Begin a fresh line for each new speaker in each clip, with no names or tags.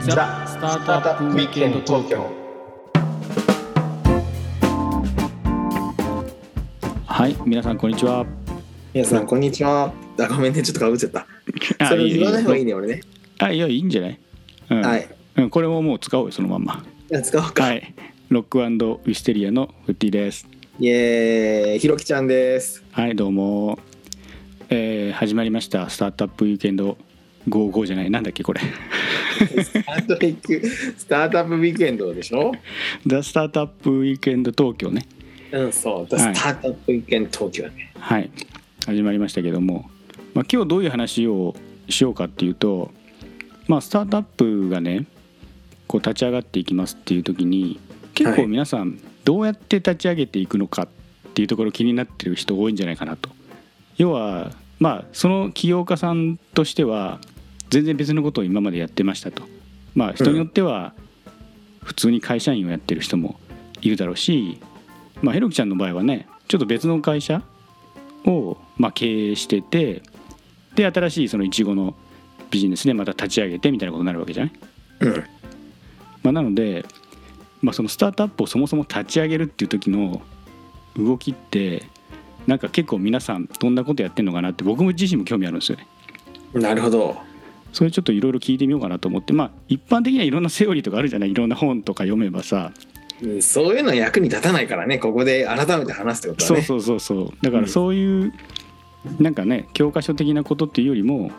スタートアップウィークエンド東京はい皆さんこんにちは
皆さんこんにちはあごめんねちょっとかぶっちゃったそれ言わない方がいいね俺ね
あいやいいんじゃない、うん
はい
うん、これももう使おうよそのまんま
じゃあ使おうか、
はいロックウィステリアのフッティです
イエーイひろきちゃんです
はいどうも、えー始まりましたスタートアップウィークエンド55じゃないなんだっけこれ
スタートウィークスタートアップウィークエンドでしょ
ザ・スタートアップウィークエンド東京ね
うんそう、
はい
スタートアップウィークエンド東京ね
はい始まりましたけども、まあ、今日どういう話をしようかっていうと、まあ、スタートアップがねこう立ち上がっていきますっていう時に結
は
構
い
皆さんどうやって立ち上げていくのかっていうところ気になってる人多いんじゃないかなと。要はまあその起業家さんとしては全然別のことを今までやってましたと。まあ人によっては普通に会社員をやってる人もいるだろうし、まあ、ヘロキちゃんの場合はねちょっと別の会社をまあ経営しててで新しいそのいちごのビジネスでまた立ち上げてみたいなことになるわけじゃない、
うん
まあ、なので、まあ、そのスタートアップをそもそも立ち上げるっていう時の動きってなんか結構皆さんどんなことやってんのかなって僕自身も興味あるんですよね。
なるほど
それちょっといろいろ聞いてみようかなと思ってまあ一般的にはいろんなセオリーとかあるじゃないいろんな本とか読めばさ、
うんそういうの役に立たないからねここで改めて話すってことは
そう
ね
そうそうそうだか
う
ら
ん
そういう、なんかね教科書的なことっていうよりも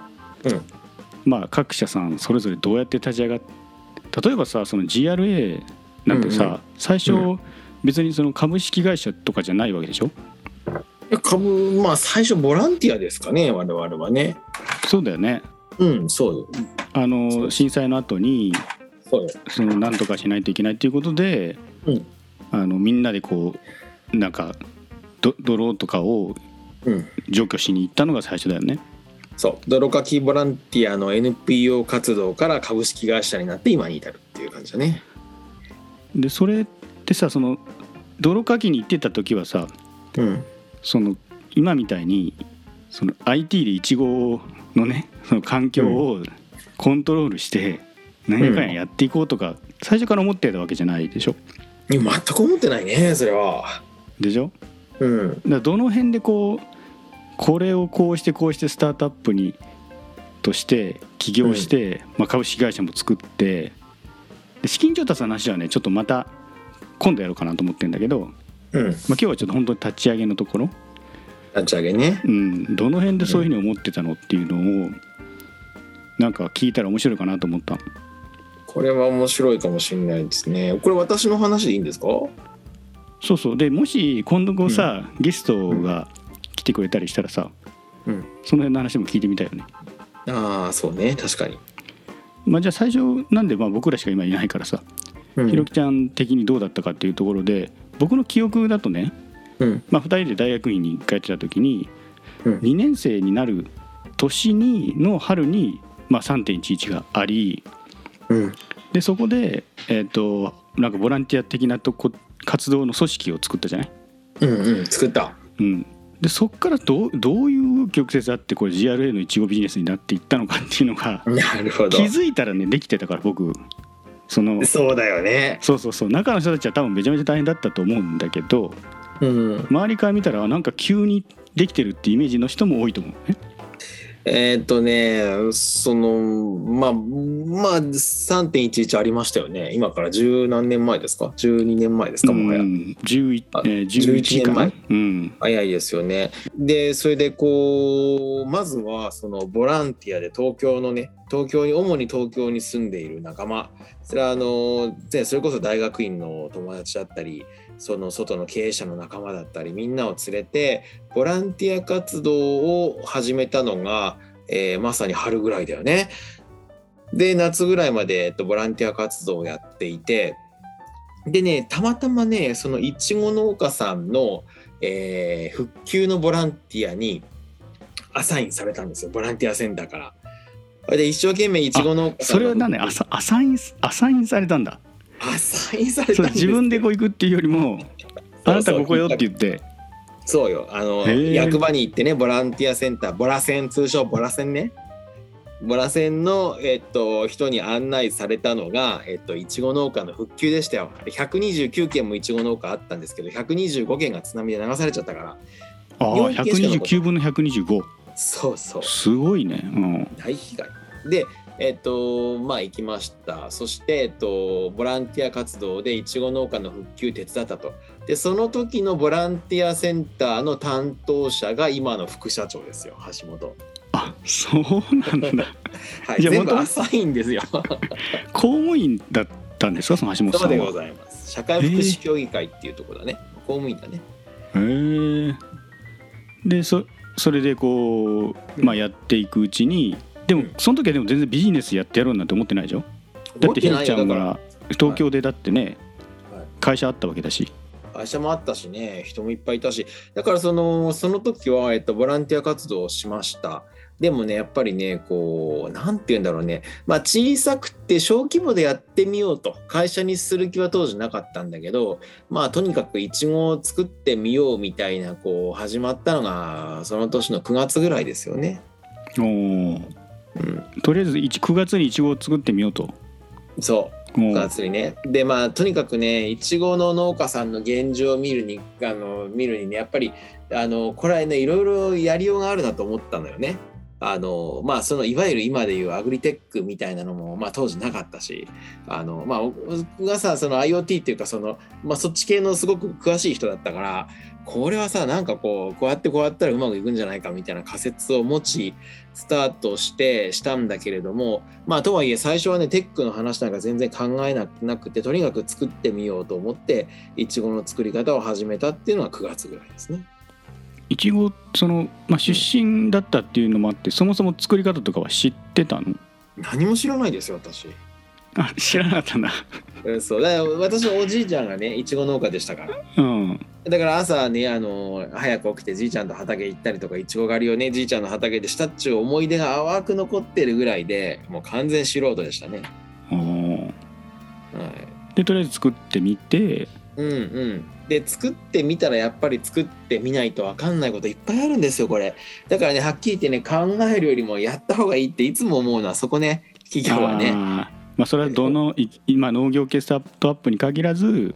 うそう、
まあ、各社さんそれぞれどうやって立ち上がっ例えばさその GRA なんてさ、
うんうん
最初、
う
別にその株式会社とかじゃないわけでしょ
うん、株まあ最初ボランティアですかね我々はね
そうだよね
うんそう
あ
そうで
の
す
震災の後に
そう
その何とかしないといけないということで、
うん
あのみんなでこうなんかど泥とかを
うん
除去しに行ったのが最初だよね
そう泥かきボランティアの NPO 活動から株式会社になって今に至るっていう感じだね
でそれってさその泥かきに行ってた時はさ
うん
その今みたいにその IT でイチゴのねその環境をコントロールして何やかんややっていこうとか最初から思ってたわけじゃないでしょ
いや全く思ってないねそれは
でしょ
うん
だからどの辺でこうこれをこうしてこうしてスタートアップにとして起業して、まあ、株式会社も作ってで資金調達の話はねちょっとまた今度やろうかなと思ってるんだけど、まあ、
うん
今日はちょっと本当に立ち上げのところ
立ち上げね
うん、どの辺でそういうふうに思ってたのっていうのをなんか聞いたら面白いかなと思った
これは面白いかもしれないですねこれ私の話でいいんですか
そうそうでもし今度こうさ、ゲストが来てくれたりしたらさ、
うん
その辺の話も聞いてみたいよね、
ああそうね確かに、
まあ、じゃあ最初なんでまあ僕らしか今いないからさ、
う
ひろ
ん
きちゃん的にどうだったかっていうところで僕の記憶だとね、
うん
まあ、2人で大学院に帰ってた時に
うん
2年生になる年にの春に、まあ、3.11があり
うん
でそこで、えー、となんかボランティア的なとこ活動の組織を作ったじゃない、
うんうん作った
うん、でそこからどうどういう曲折あってこれ GRA のいちごビジネスになっていったのかっていうのが
なるほど
気づいたらねできてたから僕その
そうだよね
そうそうそう中の人たちは多分めちゃめちゃ大変だったと思うんだけど
うん
周りから見たらあなんか急にできてるってイメージの人も多いと思うね
えーっとねそのまあまあ3.11ありましたよね今から十何年前ですか12年前ですかもはや、
うん、11,
あ
えー11かな
11
うん
早いですよね。でそれでこうまずはそのボランティアで東京のね東京に主に東京に住んでいる仲間それはあのでそれこそ大学院の友達だったりその外の経営者の仲間だったりみんなを連れてボランティア活動を始めたのが、えーまさに春ぐらいだよね。で夏ぐらいまで、えっと、ボランティア活動をやっていてでねたまたまねそのいちご農家さんのえー復旧のボランティアにアサインされたんですよボランティアセンターから。それで一生懸命いちごの
それは何ねアサアサインアサインされたん だ
アサインされた
そ
ん
れ
です
自分でこう行くっていうよりもあなたここよって言って
そうよあの
へー
役場に行ってねボランティアセンターボラセン通称ボラセンねボラ船の、えっと、人に案内されたのが、えっと、いちご農家の復旧でしたよ。あれ129軒もいちご農家あったんですけど、125軒が津波で流されちゃったから。
ああ129分の125
そうそう。
すごいね、うん、
大被害でえっとまあ行きましたそして、えっと、ボランティア活動でいちご農家の復旧手伝ったとでその時のボランティアセンターの担当者が今の副社長ですよ橋本
あそうな んだ
はい
い
全
や
部
本当
浅いんですよ
公務員だったんですかその橋本
そ
さ
うんで
は
ございます社会福祉協議会っていうところだね、公務員だね
へえでそそれでこう、
うん
まあ、やっていくうちにでも、
うん
その時はでも全然ビジネスやってやろうなんて思ってないでしょだってひ
持
ろ
ない
ちゃ
よ
ん
だから
が東京でだってね、
はい
会社あったわけだし
会社もあったしね人もいっぱいいたしだからそのその時は、えっと、ボランティア活動をしましたでもねやっぱりねこうなんて言うんだろうね、まあ、小さくて小規模でやってみようと会社にする気は当時なかったんだけどまあとにかくいちごを作ってみようみたいなこう始まったのがその年の9月ぐらいですよね。
おー
うん、
とりあえず9月にいちごを作ってみようと。
そう
もう
がっつりねでまあとにかくねいちごの農家さんの現状を見るにあの見るにねやっぱりあのこれはねいろいろやりようがあるなと思ったのよね。あのまあそのいわゆる今でいうアグリテックみたいなのも、まあ、当時なかったしあのまあ僕がさその IoT っていうかその、まあ、そっち系のすごく詳しい人だったからこれはさなんかこうこうやってこうやったらうまくいくんじゃないかみたいな仮説を持ちスタートしてしたんだけれどもまあとはいえ最初はねテックの話なんか全然考えなくなくてとにかく作ってみようと思っていちごの作り方を始めたっていうのが9月ぐらいですね。
いちごその、まあ、出身だったっていうのもあってそもそも作り方とかは知ってたの
何も知らないですよ私。
あ知らなかったな
うんそうだから私のおじいちゃんがねいちご農家でしたから。
うん
だから朝ねあの早く起きてじいちゃんと畑行ったりとかいちご狩りをねじいちゃんの畑でしたっちゅう思い出が淡く残ってるぐらいでもう完全素人でしたね。
おー
はい
でとりあえず作ってみて
うんうん、で作ってみたらやっぱり作ってみないと分かんないこといっぱいあるんですよこれだからねはっきり言ってね考えるよりもやった方がいいっていつも思うのはそこね企業はね
あーまあ、それはどのい今農業系スタートアップに限らず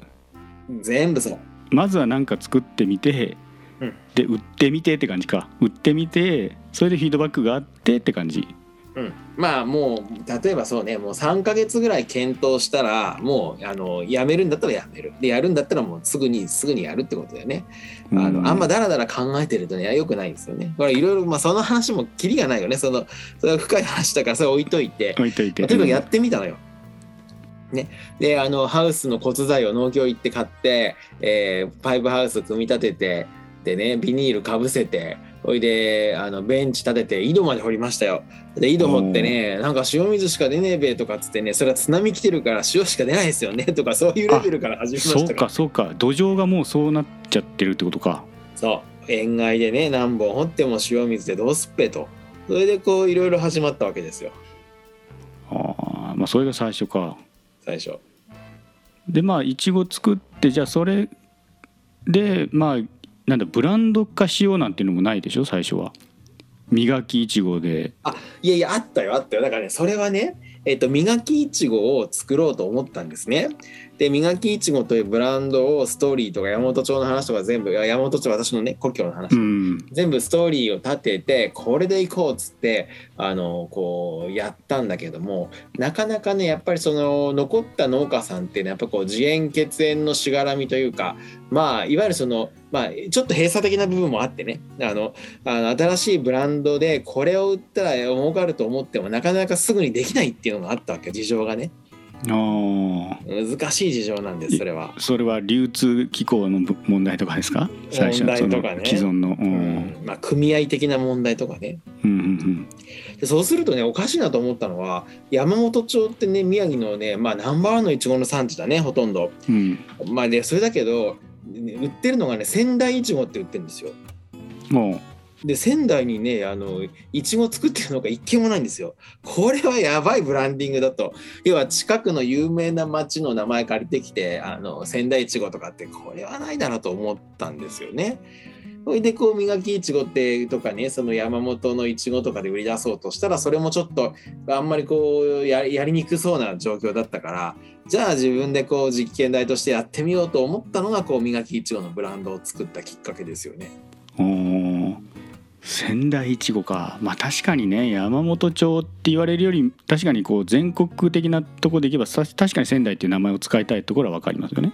全部そう
まずは何か作ってみて、
うん
で売ってみてって感じか売ってみてそれでフィードバックがあってって感じ
うん、まあもう例えばそうねもう3ヶ月ぐらい検討したらもうあのやめるんだったらやめるでやるんだったらもうすぐにすぐにやるってことだよねあの、
うん
あんまダラダラ考えてるとね良くないんですよねこれいろいろまあその話もキリがないよねそのそれは深い話だからそれ置いといて
置いといて
まあとにかくやってみたのよ。ね、であのハウスの骨材を農協行って買って、えーパイプハウス組み立ててでねビニールかぶせておいであのベンチ立てて井戸まで掘りましたよ。で井戸掘ってねなんか塩水しか出ねえべとかっつってねそれは津波来てるから塩しか出ないですよね とかそういうレベルから始めました
そ
ら
うかそうか土壌がもうそうなっちゃってるってことか
そう塩害でね何本掘っても塩水でどうすっぺとそれでこういろいろ始まったわけですよ
ああまあそれが最初か
最初。
でまあいちご作ってじゃあそれでまあなんだブランド化しようなんていうのもないでしょ最初は磨きいちごで
いやいやあったよあったよだからねそれはねえっと磨きいちごを作ろうと思ったんですねで磨きいちごというブランドをストーリーとか山本町の話とか全部いや山本町私のね故郷の話、
うん
全部ストーリーを立ててこれでいこうっつってあのこうやったんだけどもなかなかねやっぱりその残った農家さんってねやっぱこう自縁血縁のしがらみというかまあいわゆるその、まあ、ちょっと閉鎖的な部分もあってねあのあの新しいブランドでこれを売ったら儲かると思ってもなかなかすぐにできないっていうのがあったわけ事情がね
あ
難しい事情なんですそれは
あ。それは流通機構の問題とかですか最初のそ
問題
の
とかね
既存のう
うんんまあ、組合的な問題とかね
うんうん
でそうするとねおかしいなと思ったのは山本町ってね宮城のね、まあ、ナンバーワンのいちごの産地だねほとんど、
うんうん
まあ、でそれだけどね売ってるのがね仙台いちごって売ってるんですよ
も
で仙台にねあのいちご作ってるのが一軒もないんですよこれはやばいブランディングだと要は近くの有名な町の名前借りてきてあの仙台いちごとかってこれはないだろうと思ったんですよねそれでこう磨きいちごってとかねその山本のいちごとかで売り出そうとしたらそれもちょっとあんまりこうややりにくそうな状況だったからじゃあ自分でこう実験台としてやってみようと思ったのがこう磨きいちごのブランドを作ったきっかけですよね。
おー仙台いちごかまあ確かにね山本町って言われるより確かにこう全国的なとこでいけばさ確かに仙台っていう名前を使いたいところは分かりますよね。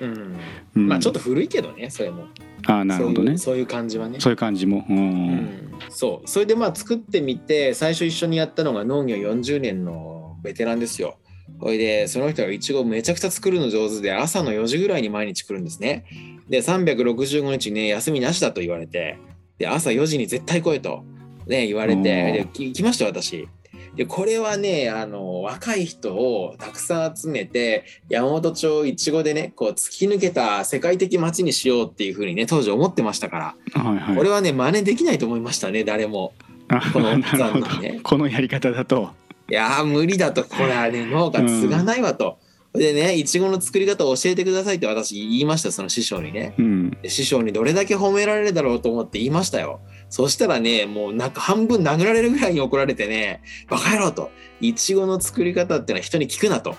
うん
うん、
まあちょっと古いけどねそれも
あーなるほどねそ
そういうそういう感じはね
ういう感じも。うん
うんそうそれでまあ作ってみて最初一緒にやったのが農業40年のベテランですよ。ほいでその人がいちごめちゃくちゃ作るの上手で朝の4時ぐらいに毎日来るんですね。で365日ね休みなしだと言われてで朝4時に絶対来いと、ね、言われてでき来ましたよ私。でこれはねあの若い人をたくさん集めて山本町いちごでねこう突き抜けた世界的街にしようっていうふうにね当時思ってましたから
はいはい、
俺はね真似できないと思いましたね誰も
あ
この
なるほど
残念ね
このやり方だと。
いやー無理だとこれはね農家継がないわと、でねいちごの作り方を教えてくださいって私言いましたその師匠にね
うん、
で師匠にどれだけ褒められるだろうと思って言いましたよそしたらねもうなんか半分殴られるぐらいに怒られてね「バカ野郎」と「いちごの作り方ってのは人に聞くな」と。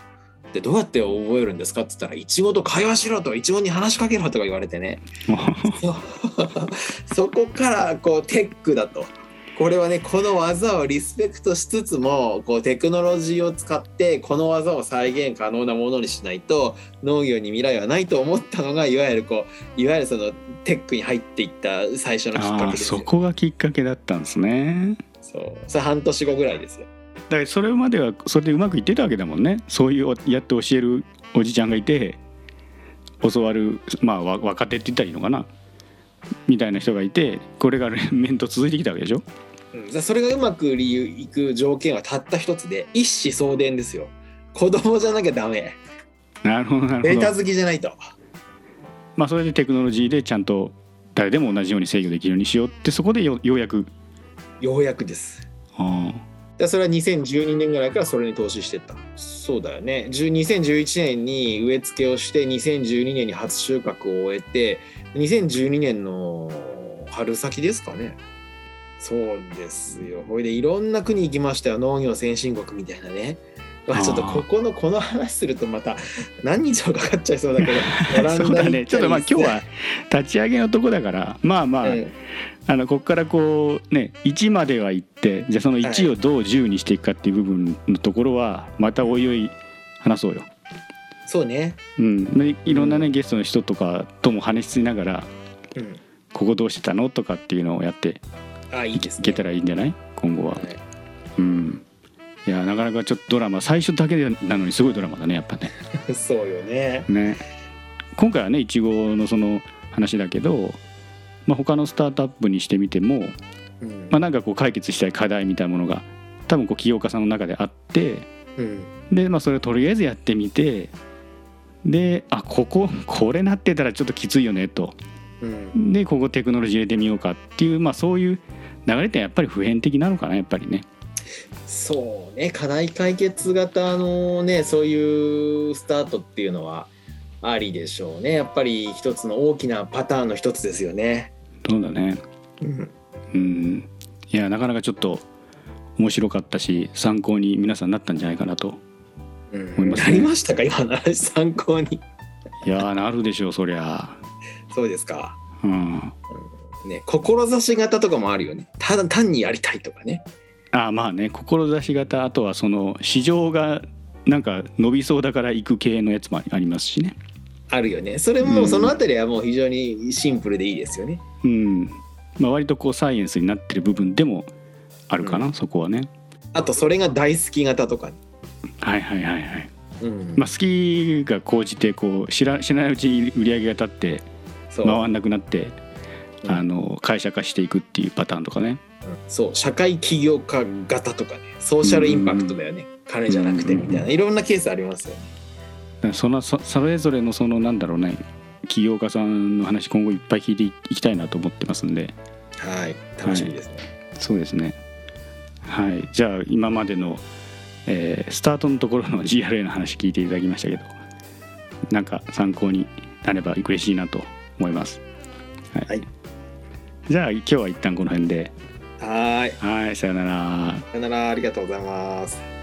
でどうやって覚えるんですかって言ったら「いちごと会話しろ」と「いちごに話しかけろ」とか言われてねそうそこからこうテックだと。これはねこの技をリスペクトしつつもこうテクノロジーを使ってこの技を再現可能なものにしないと農業に未来はないと思ったのがいわゆるこういわゆるそのテックに入っていった最初のきっか
あ
け
あ
ですよ
そこがきっかけだったんですね。
そうそれ半年後ぐらいですよ
だからそれまではそれでうまくいってたわけだもんねそういうおやって教えるおじちゃんがいて教わるまあわ若手って言ったらいいのかなみたいな人がいてこれが連綿と続いてきたわけでしょ
うんでそれがうまく理由いく条件はたった一つで一子相伝ですよ子供じゃなきゃダメ
なるほどなる
デー
ほ
タ
ど、
好きじゃないと
まあ、それでテクノロジーでちゃんと誰でも同じように制御できるようにしようってそこでよようやく
ようやくです
あ
でそれは2012年ぐらいからそれに投資してったそうだよね10 2011年に植え付けをして2012年に初収穫を終えて2012年の春先ですかねそうですよほいでいろんな国行きましたよ農業先進国みたいなねまあ、
あー
ちょっとここのこの話するとまた何日もかかっちゃいそうだけどオ
あ
ランダ
そうだね
に行たり
ちょっとまあ今日は立ち上げのとこだからまあまあ、
うん
あのここからこうね1までは行ってじゃあその1をどう10にしていくかっていう部分のところはまたおいおい話そうよ。
そうね、
うん、ねいろんなね、
う
ゲストの人とかとも話しながら
うん、
ここどうしてたのとかっていうのをやって
ああい
い
いですね
けたらいいんじゃない今後は。
はい
うんいやなかなかちょっとドラマ最初だけなのにすごいドラマだねやっぱね。
そうよね
ね今回はねいちごのその話だけど、まあ、他のスタートアップにしてみても、
うん
まあ、なんかこう解決したい課題みたいなものが多分こう起業家さんの中であって
うん
で、まあ、それをとりあえずやってみてであこここれなってたらちょっときついよねと
うん
でここテクノロジー入れてみようかっていう、まあ、そういう流れってやっぱり普遍的なのかなやっぱりね。
そうね課題解決型のねそういうスタートっていうのはありでしょうねやっぱり一つの大きなパターンの一つですよね。
そうだね
うん、
うんいやなかなかちょっと面白かったし参考に皆さんなったんじゃないかなと思いますね
なりましたか今の話参考に。
いやーなるでしょうそりゃ
そうですか。
うん
ね志型とかもあるよね。ただ単にやりたいとかね。
あまあね志型あとはその市場がなんか伸びそうだから行く系のやつもありますしね
あるよね。それ
う
も
ん
そのあたりはもう非常にシンプルでいいですよね。
うん、まあ、割とこうサイエンスになってる部分でもあるかな、そこはね
あとそれが大好き型とか、ね。
はいはいはいはい
うん
まあ、スキーが高じてこう知ら知らないうちに売り上げが立って
そう
回んなくなって、
うん
あの会社化していくっていうパターンとかね
そう社会起業家型とかねソーシャルインパクトだよね金じゃなくてみたいないろんなケースありますよね
だからそのそそれぞれのそのなんだろうね起業家さんの話今後いっぱい聞いていいきたいなと思ってますんで
はい楽しみですね、
そうですねはいじゃあ今までの、えースタートのところの GRA の話聞いていただきましたけどなんか参考になれば嬉しいなと思います。はい
はい
じゃあ今日は一旦この辺で
はーい。
はいさよなら。
さよなら、ありがとうございます。